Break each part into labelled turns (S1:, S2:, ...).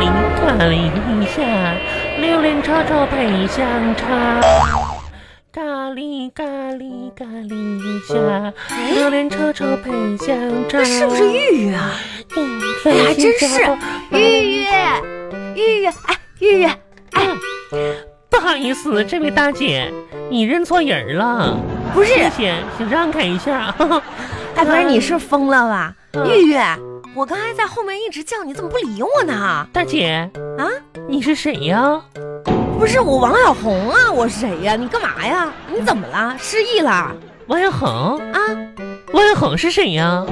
S1: 料理一下，榴莲炒炒配香肠，咖喱咖喱咖喱一下，榴莲炒炒配香肠。
S2: 是不是玉玉啊？
S1: 哎
S2: 哎呀，还真是玉玉，玉玉，哎，玉玉，
S1: 不好意
S2: 嗯
S1: 思，这位大姐，你认错人了。
S2: 不是
S1: 谢谢，请让开一下。
S2: 哎，不是你是疯了吧？
S1: 嗯
S2: 玉玉，我刚才在后面一直叫你，怎么不理我呢？
S1: 大姐，
S2: 啊，
S1: 你是谁呀？
S2: 不是我王小红啊，我是谁呀、你干嘛呀？你怎么了？失忆了啊？
S1: 王小恒，王小恒是谁呀？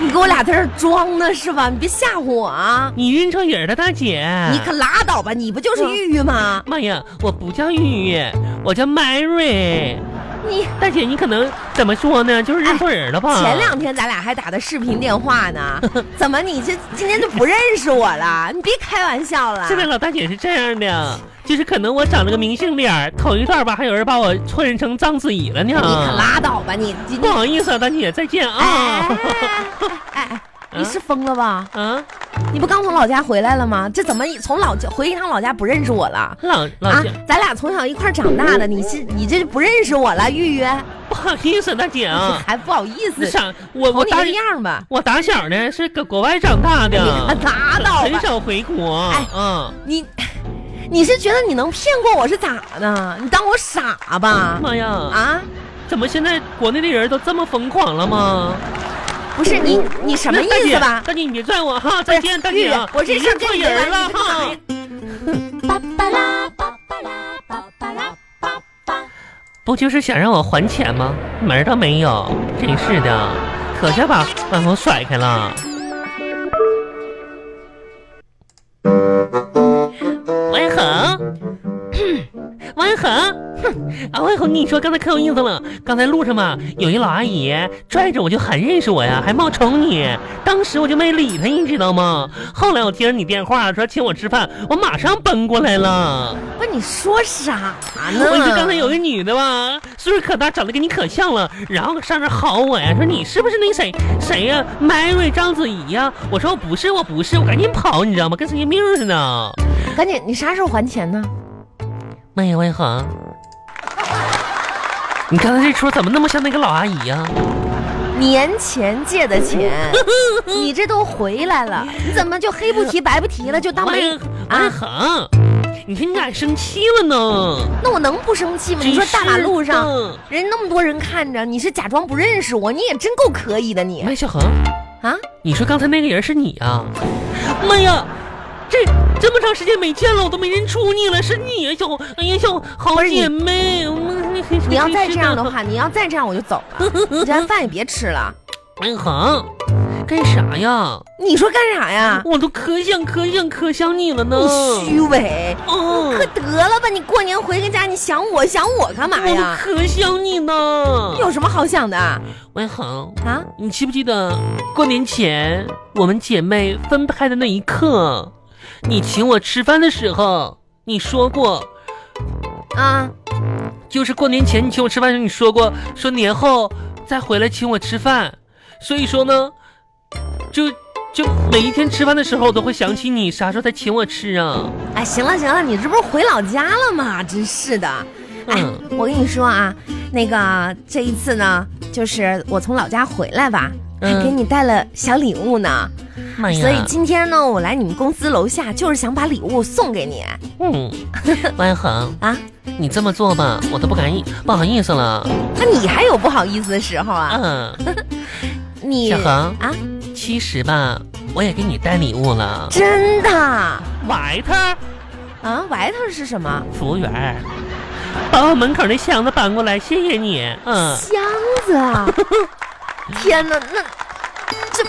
S2: 你给我俩在这儿装呢是吧？你别吓唬我啊！
S1: 你认错人了，大姐。
S2: 你可拉倒吧，你不就是玉玉吗？
S1: 妈呀，我不叫玉玉，我叫 Mary。
S2: 你
S1: 大姐，你可能怎么说呢？就是认错人了吧？
S2: 前两天咱俩还打的视频电话呢，
S1: 嗯
S2: 怎么你这今天就不认识我了？你别开玩笑了
S1: 现。在老大姐是这样的，就是可能我长了个明星脸儿，头一段吧，还有人把我错认成章子怡了呢。
S2: 你可拉倒吧，你今
S1: 不
S2: 天
S1: 好意思啊，大嗯姐，再见
S2: 哎
S1: 啊。
S2: 哎哎，你是疯了吧？
S1: 啊，
S2: 你不刚从老家回来了吗？这怎么从老家回一趟老家不认识我了？
S1: 老老
S2: 啊
S1: 姐，，
S2: 咱俩从小一块儿长大的，你是你这就不认识我了，玉玉，
S1: 不好意思，大姐 啊，
S2: 还不好意
S1: 那
S2: 思，瞅
S1: 啥，我我
S2: 你
S1: 打
S2: 这样吧，
S1: 我打小呢是搁国外长大
S2: 你
S1: 的，
S2: 可拉倒
S1: 啊很
S2: 吧，
S1: 少回国。
S2: 哎
S1: 嗯，
S2: 你你是觉得你能骗过我是咋的？你当我傻吧？
S1: 妈呀，
S2: 啊，
S1: 怎么现在国内的人都这么疯狂了吗？
S2: 不是你你什 么
S1: 那大
S2: 意
S1: 姐
S2: 思吧？
S1: 大姐，你别拽我哈，再见，大
S2: 玉
S1: 姐
S2: 玉
S1: 啊，，
S2: 我这
S1: 你
S2: 事
S1: 认
S2: 儿跟
S1: 错
S2: 你没
S1: 人
S2: 关
S1: 了
S2: 系，你
S3: 巴
S1: 哈
S2: 干嘛呀。
S3: 巴拉巴巴拉巴巴拉巴巴。
S1: 不就是想让我还钱吗？门儿都没有，真是的，可就把万峰甩开了。王一恒， 王一恒，哼，啊，王一恒，你说刚才可有意思了。刚才路上嘛，有一老阿姨拽着我就喊认识我呀，还冒充你。当时我就没理她，你知道吗？后来我接着你电话说请我吃饭，我马上奔过来了。
S2: 不是你说啥呢？
S1: 我就刚才有个女的吧，岁数可大，长得跟你可像了，然后上这薅我呀，说你是不是那谁谁呀、m a r y 章子怡呀、我说我不是，我不是，我赶紧跑，你知道吗？跟神经病似的。
S2: 赶紧，你啥时候还钱呢？
S1: 妈呀，万恒， 你刚才这出怎么那么像那个老阿姨呀、
S2: 年前借的钱，你这都回来了，你怎么就黑不提白不提了，就当
S1: 王
S2: 没
S1: 一？万恒，你看你咋生气了呢？
S2: 那我能不生气吗？你说大马路上人那么多人看着，你是假装不认识我，你也真够可以的你
S1: 麦小恒，
S2: 啊！
S1: 你说刚才那个人是你啊？妈呀，这这么长时间没见了，我都没认出你了，是你啊，小红，哎呀，小红好
S2: 不是你
S1: 姐妹，嗯
S2: 你要再这样的，话，你要再这样我就走 了，你这餐饭也别吃了。
S1: 哎恒，干啥呀？
S2: 你说干啥呀？
S1: 我都可想可想可想你了呢。
S2: 你虚伪，
S1: 嗯
S2: 哦可得了吧！你过年回个家，你想我想我干嘛
S1: 我都
S2: 呀？
S1: 可想你呢。
S2: 有什么好想的啊？
S1: 喂，恒，你记不记得过年前我们姐妹分开的那一刻，你请我吃饭的时候，你说过
S2: 啊！
S1: 就是过年前你请我吃饭的时候，你说过说年后再回来请我吃饭，所以说呢，就就每一天吃饭的时候，我都会想起你啥时候再请我吃啊。
S2: 哎，行了行了，你这不是回老家了吗？真是的。哎
S1: 嗯，
S2: 我跟你说啊，那个这一次呢，就是我从老家回来吧，还
S1: 嗯
S2: 给你带了小礼物呢。
S1: 妈呀！
S2: 所以今天呢，我来你们公司楼下，就是想把礼物送给你
S1: 嗯， 万恒，
S2: 啊。
S1: 你这么做吧，我都不敢意，不好意思了。
S2: 那你还有不好意思的时候啊？
S1: 嗯，
S2: 你
S1: 小恒
S2: 啊，
S1: 其实吧，我也给你带礼物了。
S2: 真的啊？
S1: 外头
S2: 外头是 什么
S1: 服务员，把我门口那箱子搬过来，谢谢你。嗯。
S2: 箱子啊？天哪，那这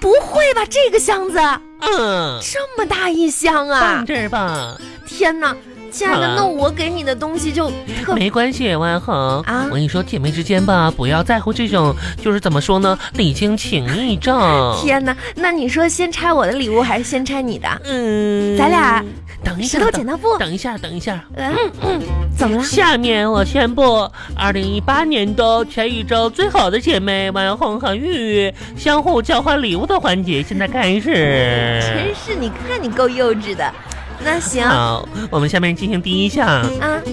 S2: 不会吧？这个箱子
S1: 嗯，
S2: 这么大一箱啊
S1: 放？这儿吧。
S2: 天哪，亲爱
S1: 好啊
S2: 的，
S1: 了
S2: 那我给你的东西就特
S1: 没关系，万恒
S2: 啊
S1: 我跟你说，姐妹之间吧，不要在乎这种，就是怎么说呢，礼轻情意重。
S2: 天哪！那你说先拆我的礼物还是先拆你的？
S1: 嗯，
S2: 咱俩
S1: 等一下，
S2: 石头剪刀布
S1: 等，等一下，等一下。
S2: 嗯嗯，怎么了？
S1: 下面我宣布，二零一八年的全宇宙最好的姐妹万红和玉玉相互交换礼物的环节现在开
S2: 真
S1: 始。
S2: 是，你看你够幼稚的。那行啊，
S1: 好，我们下面进行第一项，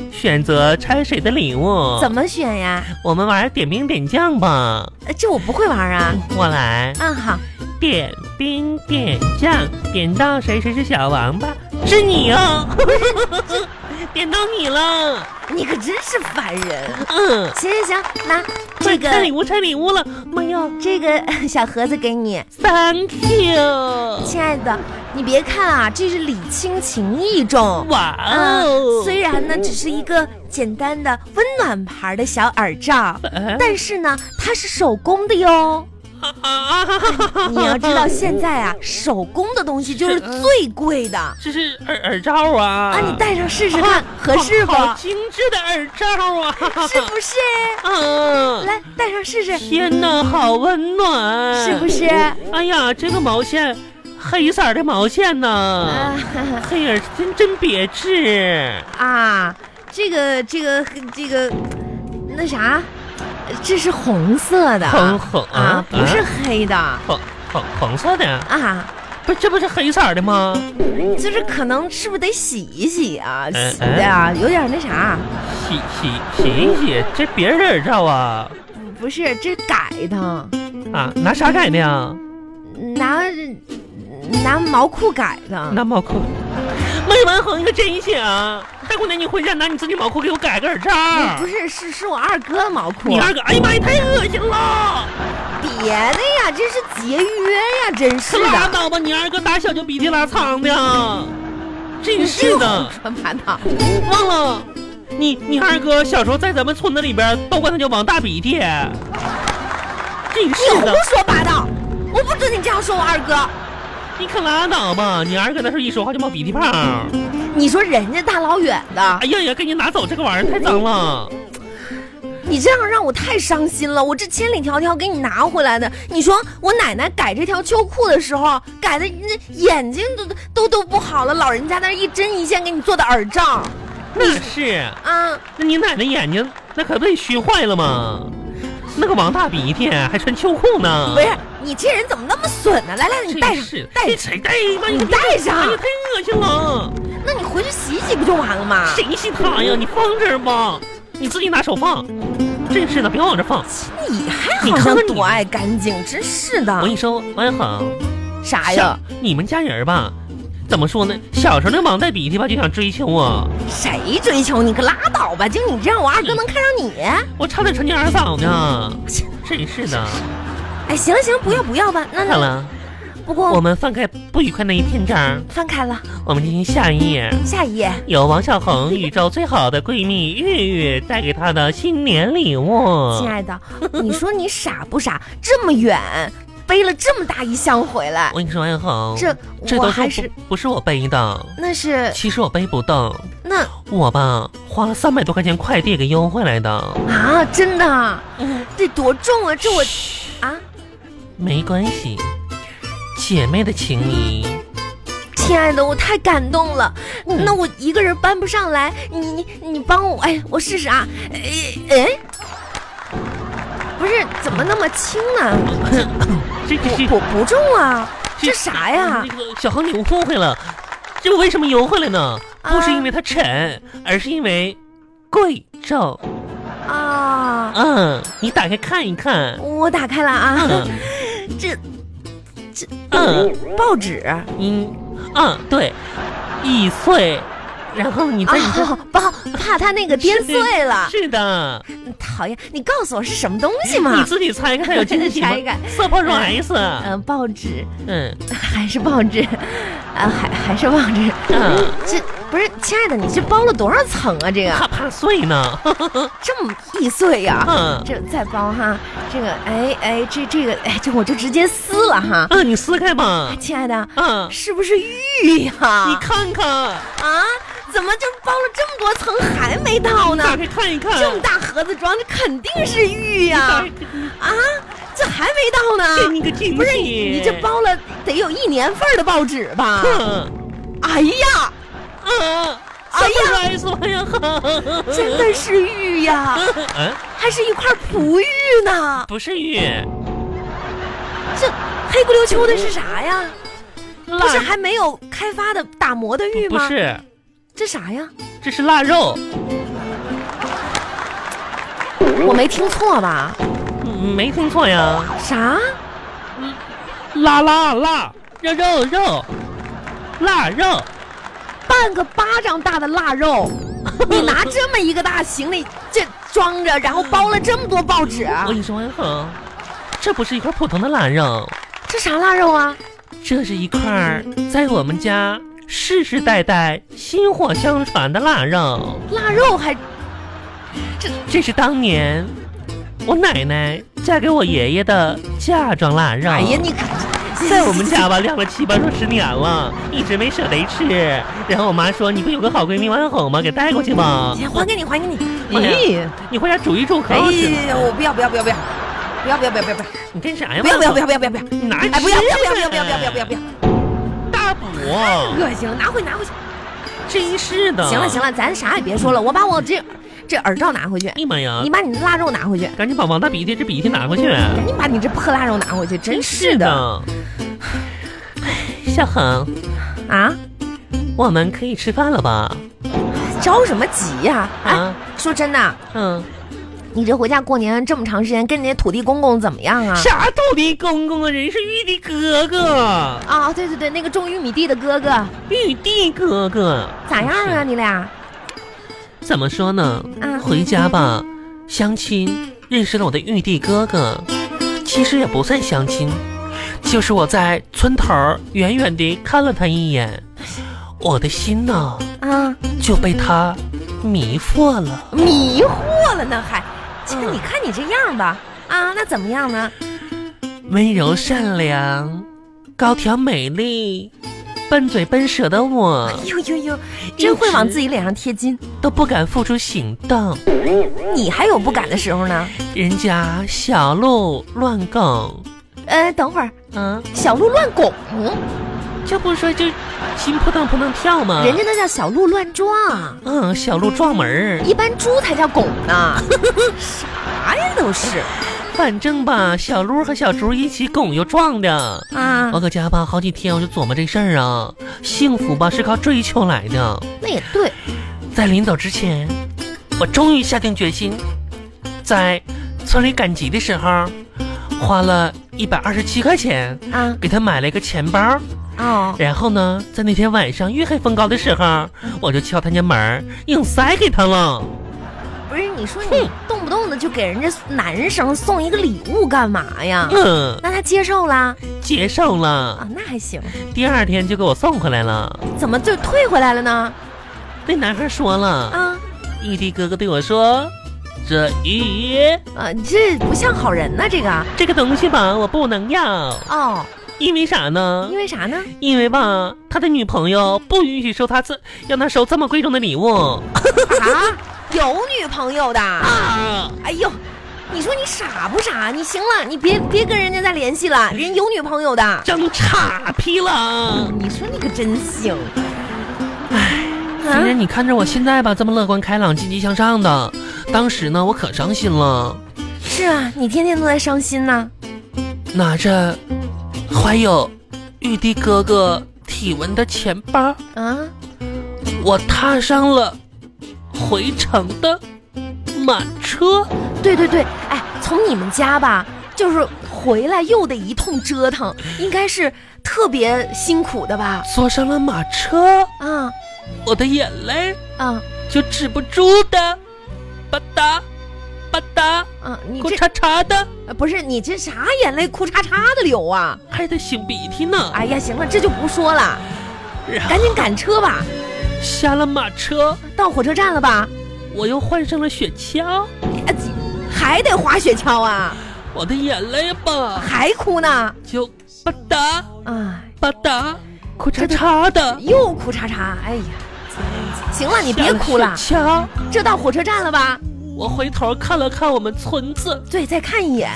S1: 选择拆谁的礼物。
S2: 怎么选呀？
S1: 我们玩点兵点将吧，
S2: 呃这我不会玩啊。
S1: 我来。
S2: 嗯，好，
S1: 点兵点将，点到谁谁是小王八，是你哦， 点到你了，
S2: 你可真是烦人。
S1: 嗯，
S2: 行行行，那这
S1: 拆礼
S2: 个
S1: 物拆礼物了，妈呀
S2: 这个 小盒子给你，
S1: ，thank you，
S2: 亲爱的，你别看啊，这是礼轻情意重。
S1: 哇
S2: 啊
S1: 哦，，
S2: 虽然呢只是一个简单的温暖牌的小耳罩，
S1: 啊
S2: 但是呢它是手工的 哟。
S1: 啊哈哈哈
S2: 你要知道，现在啊手工的东西就是最贵的啊！
S1: 这是耳耳罩啊，
S2: 你戴上试试看
S1: 啊，
S2: 合适
S1: 好好
S2: 不？
S1: 精致的耳罩啊，
S2: 是不是？
S1: 嗯，
S2: 来戴上试试，
S1: 天哪，好温暖，
S2: 是不是？
S1: 哎呀，这个毛线，黑色儿的毛线呢？
S2: 啊
S1: 嘿呀，真真别致！
S2: 啊，这个这个这个那啥，这是红色的，
S1: 红红
S2: 啊，不是黑的
S1: 红红红色的，
S2: 啊。
S1: 不是这不是黑色儿的吗？
S2: 就是可能是不是得洗一洗啊？
S1: 嗯
S2: 洗的啊，有点那啥，
S1: 洗洗洗一洗，这别人耳罩啊
S2: 不是这改的，
S1: 啊，拿啥改的呀？
S2: 拿拿毛裤改的。
S1: 拿毛裤。妹文恒，你可真行！大姑娘，你回家拿你自己毛裤给我改个耳罩。
S2: 嗯不是，是是我二哥毛裤。
S1: 你二哥，哎呀妈呀，太恶心了！
S2: 别的呀，这是节约呀，真是
S1: 可拉
S2: 的。
S1: 倒吧，你二哥打小就鼻涕拉碴的，真
S2: 你
S1: 是的。
S2: 胡说八道。
S1: 忘了，你你二哥小时候在咱们村子里边都管他叫王大鼻涕，真
S2: 你
S1: 是
S2: 胡
S1: 的，
S2: 说八道，我不准你这样说我二哥。
S1: 你可拉倒吧！你二哥那时候一说话就冒鼻涕泡，
S2: 你说人家大老远的
S1: 哎，呀呀，给你拿走这个玩意儿太脏了，
S2: 你这样让我太伤心了。我这千里迢迢给你拿回来的，你说我奶奶改这条秋裤的时候，改的那眼睛都都都不好了，老人家那一针一线给你做的耳罩
S1: 那是，
S2: 啊，
S1: 那你奶奶眼睛那可被熏坏了吗？那个王大鼻涕还穿秋裤呢，
S2: 不是你这人怎么那么损呢、来来，你戴
S1: 真
S2: 上
S1: 是，
S2: 戴
S1: 啊这
S2: 上，
S1: 谁戴吧？
S2: 你
S1: 你
S2: 戴
S1: 哎
S2: 上
S1: 呀，，太恶心了！
S2: 那你回去洗洗不就完了吗？
S1: 谁信他呀？你放这儿吧，你自己拿手放，真是的，别往这放。
S2: 你还
S1: 你
S2: 好
S1: 看
S2: 像
S1: 看你
S2: 多爱干净，真是
S1: 我跟
S2: 的。
S1: 你说，王小恒，
S2: 啥呀？
S1: 小？你们家人儿吧，怎么说呢？小时候那王带鼻涕吧，就想追求我，
S2: 谁追求你？可拉倒吧！就你这样，我二哥能看上你？
S1: 我差点成你二嫂呢。真是的，
S2: 哎，行了行了，不要不要吧。那
S1: 看
S2: 那
S1: 了，
S2: 不过
S1: 我们翻开不愉快那一篇章，
S2: 翻开了，
S1: 我们进行下一页。
S2: 下一页。
S1: 有王小 恒宇宙最好的闺蜜月月带给她的新年礼物。
S2: 亲爱的，你说你傻不傻？这么远背了这么大一箱回来
S1: 我，跟你说，王小恒，
S2: 这
S1: 这
S2: 我
S1: 都
S2: 还
S1: 是
S2: 是
S1: 不不是我背的，
S2: 那是
S1: 其实我背不动，
S2: 那
S1: 我吧花了三百多块钱快递给邮回来的。
S2: 啊，真的啊
S1: 嗯
S2: 得多重啊？这我啊，
S1: 没关系，姐妹的情谊，
S2: 亲爱的，我太感动了。
S1: 嗯
S2: 那我一个人搬不上来，你你你帮我，哎，我试试啊。哎哎，不是怎么那么轻呢？
S1: 这这这
S2: 不不重啊，这啥呀？
S1: 那个小恒，你误会了，这为什么邮回来呢？
S2: 啊
S1: 不是因为它沉，而是因为贵重。
S2: 啊，
S1: 嗯，你打开看一看。
S2: 我打开了啊
S1: 嗯，
S2: 这
S1: 嗯
S2: 报纸。
S1: 嗯嗯，对，易碎，然后你再你再。
S2: 啊，怕怕它那个颠碎了，嗯
S1: 是的，
S2: 讨厌！你告诉我是什么东西
S1: 你
S2: 嘛？
S1: 自己猜看它有惊喜 吗
S2: 猜一个？
S1: 色破 S，
S2: 嗯、报纸
S1: 嗯
S2: 还是报纸，啊，还还是报纸。
S1: 嗯，
S2: 这不是亲爱的，你这包了多少层啊？这个
S1: 怕怕碎呢，
S2: 这么易碎呀、
S1: 嗯
S2: 这再包哈，这个哎哎，这这个哎，这我就直接撕了哈。
S1: 嗯，你撕开吧，
S2: 亲爱的，
S1: 嗯。
S2: 是不是玉呀、
S1: 你看看，
S2: 啊，怎么就包了这么多层还没到呢？
S1: 打开看一看，
S2: 这么大盒子装，这肯定是玉呀、
S1: 打开
S2: 啊！这还没到
S1: 给
S2: 呢。
S1: 嗯你个惊喜，
S2: 不是你，你这包了得有一年份儿的报纸吧？
S1: 哼
S2: 哎呀，
S1: 啊！
S2: 哎呀
S1: 摔死我呀！
S2: 真的是玉呀，
S1: 嗯，
S2: 还是一块璞玉呢。
S1: 不是玉，
S2: 这黑不溜秋的是啥呀？不是
S1: 腊
S2: 还没有开发的打磨的玉
S1: 不
S2: 吗？，
S1: 是，
S2: 这啥呀？
S1: 这是腊肉，
S2: 我没听错吧？
S1: 嗯没听错呀，
S2: 啥？
S1: 腊腊腊肉肉肉，腊肉，
S2: 半个巴掌大的腊肉，你拿这么一个大行李这装着，然后包了这么多报纸，
S1: 我跟你说，王恒，这不是一块普通的腊肉，
S2: 这啥腊肉啊？
S1: 这是一块儿在我们家世世代代薪火相传的腊肉。
S2: 腊肉还
S1: 这这是当年我奶奶嫁给我爷爷的嫁妆腊肉。
S2: 哎呀，你可
S1: 在我们家吧晾了七八十年了，一直没舍得吃。然后我妈说：“你不有个好闺蜜王红吗？给带过去吧。
S2: 行还给你，还给你。
S1: 哎
S2: 哎，
S1: 你回家煮一煮，可
S2: 哎
S1: 好吃了。
S2: 呀，我不要，不要，不要，不要，不要，不要，不要，不要，
S1: 你干啥呀？
S2: 不要，不要，不
S1: 要！
S2: 要，不要，不要，不要，
S1: 你拿
S2: 哎，不要，
S1: 吃
S2: 不要，不
S1: 呗
S2: 要，不要，不要，不要，不要，不要，
S1: 大补，
S2: 恶心了，拿回，拿回去。
S1: 真是的。
S2: 行了，行
S1: 了。
S2: 了，咱啥也别说了，我把我这这耳罩拿回去
S1: 哎，呀妈呀
S2: 你！把你的腊肉拿回去，
S1: 赶紧把王大鼻涕这鼻涕拿过去。
S2: 赶紧把你这破腊肉拿回去，真是的
S1: 哎。小恒，
S2: 啊！
S1: 我们可以吃饭了吧？
S2: 着什么急呀？哎，
S1: 啊，
S2: 说真的，
S1: 嗯，
S2: 你这回家过年这么长时间，跟你那土地公公怎么样啊？
S1: 啥土地公公啊？人是玉帝哥哥，
S2: 啊，对对对，那个种玉米地的哥哥
S1: 玉帝哥哥
S2: 咋样啊？？你俩
S1: 怎么说呢？
S2: 啊嗯
S1: 回家吧，相亲认识了我的玉帝哥哥，其实也不算相亲，就是我在村头儿远远地看了他一眼，我的心呢
S2: 啊，
S1: 就被他迷惑了。
S2: 迷惑了呢还？这
S1: 嗯
S2: 你看你这样吧，啊，那怎么样呢？
S1: 温柔善良、高挑美丽、笨嘴笨舌的我
S2: 呦呦呦，真会往自己脸上贴金，
S1: 都不敢付出行动，
S2: 你还有不敢的时候呢？
S1: 人家小鹿乱拱，
S2: 呃，等会儿
S1: 啊，
S2: 小鹿乱拱，
S1: 这不是说就心扑腾扑腾跳吗？
S2: 人家那叫小鹿乱撞，
S1: 嗯，小鹿撞门儿，
S2: 一般猪才叫拱呢，啥呀都是
S1: 反正吧，小鹿和小猪一起拱又撞的。
S2: 啊
S1: 我，搁家吧，好几天我就琢磨这事儿啊，幸福吧是靠追求来的。
S2: 那也对，
S1: 在临走之前，我终于下定决心，在村里赶集的时候，花了一百二十七块钱
S2: 啊
S1: 给他买了一个钱包。
S2: 哦，
S1: 然后呢，在那天晚上月黑风高的时候，我就敲他家门儿，硬塞给他了。
S2: 不是你说你动不动的就给人家男生送一个礼物干嘛呀？
S1: 嗯，
S2: 那他接受啦
S1: 接受了
S2: 啊。，那还行，
S1: 第二天就给我送回来了。
S2: 怎么就退回来了呢？
S1: 那男孩说了，
S2: 啊，
S1: 玉帝哥哥对我说：“这鱼
S2: 呃，你这不像好人呐，这个
S1: 这个东西吧，我不能要，
S2: 哦，
S1: 因为啥呢？
S2: 因为啥呢？
S1: 因为吧，他的女朋友不允许收他这让他收这么贵重的礼物
S2: 啊，有女朋友的，
S1: 啊！
S2: 哎呦。你说你傻不傻？你行了，你别别跟人家再联系了，人有女朋友的。嗯
S1: 整岔劈了。
S2: 你说你可真行，
S1: 虽
S2: 哎，
S1: 然你看着我现在吧这么乐观开朗、积极向上的，当时呢我可伤心了，
S2: 是啊，你天天都在伤心呢。
S1: 拿着怀有玉帝哥哥体温的钱包，
S2: 啊，
S1: 我踏上了回程的马车。
S2: 对对对，哎，从你们家吧，就是回来又得一通折腾，应该是特别辛苦的吧？
S1: 坐上了马车，
S2: 啊
S1: 我的眼泪
S2: 啊
S1: 就止不住的吧嗒吧嗒，
S2: 啊！你
S1: 咕
S2: 这
S1: 嚓嚓的，
S2: 呃不是你这啥眼泪哭嚓嚓的流啊？
S1: 还得擤鼻涕呢。
S2: 哎呀，行了，这就不说了，
S1: 然后
S2: 赶紧赶车吧，
S1: 下了马车，
S2: 到火车站了吧？
S1: 我又换上了雪橇，
S2: 哎还得滑雪橇啊，
S1: 我的眼泪吧
S2: 还哭呢？
S1: 就吧嗒
S2: 啊，
S1: 吧嗒，咕嚓嚓的。
S2: 又哭嚓嚓！哎呀，行了，你别哭了，
S1: 瞧，
S2: 这到火车站了吧？
S1: 我回头看了看我们村子，
S2: 对，再看一眼，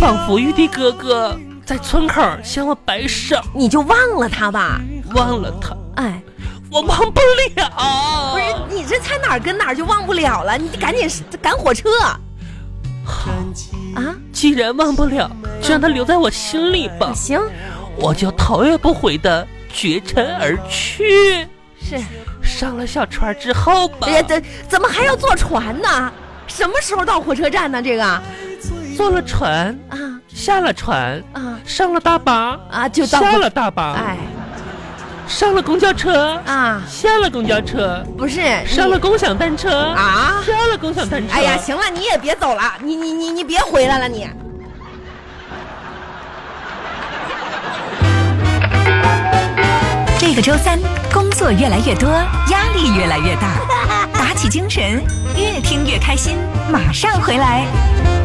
S1: 仿佛玉帝哥哥在村口向我摆手，
S2: 你就忘了他吧？
S1: 忘了他，
S2: 哎，
S1: 我忘不了。
S2: 不是，你这才哪儿跟哪儿就忘不了了？你赶紧赶火车啊！
S1: 既然忘不了，就让它留在我心里吧，
S2: 行，
S1: 我就头也不回的绝尘而去。
S2: 是，
S1: 上了小船之后吧，
S2: 哎呀，怎怎么还要坐船呢？什么时候到火车站呢？这个啊
S1: 坐了船，下了船，
S2: 啊
S1: 上了大巴，
S2: 啊，就到
S1: 下
S2: 火
S1: 了大巴，
S2: 哎
S1: 上了公交车，
S2: 啊，
S1: 下了公交车，
S2: 不是你
S1: 上了共享单车，
S2: 啊？
S1: 上了共享单车。
S2: 哎呀，，行了，你也别走了，你你你你别回来了，你。
S4: 这个周三，工作越来越多，压力越来越大，打起精神，越听越开心，马上回来。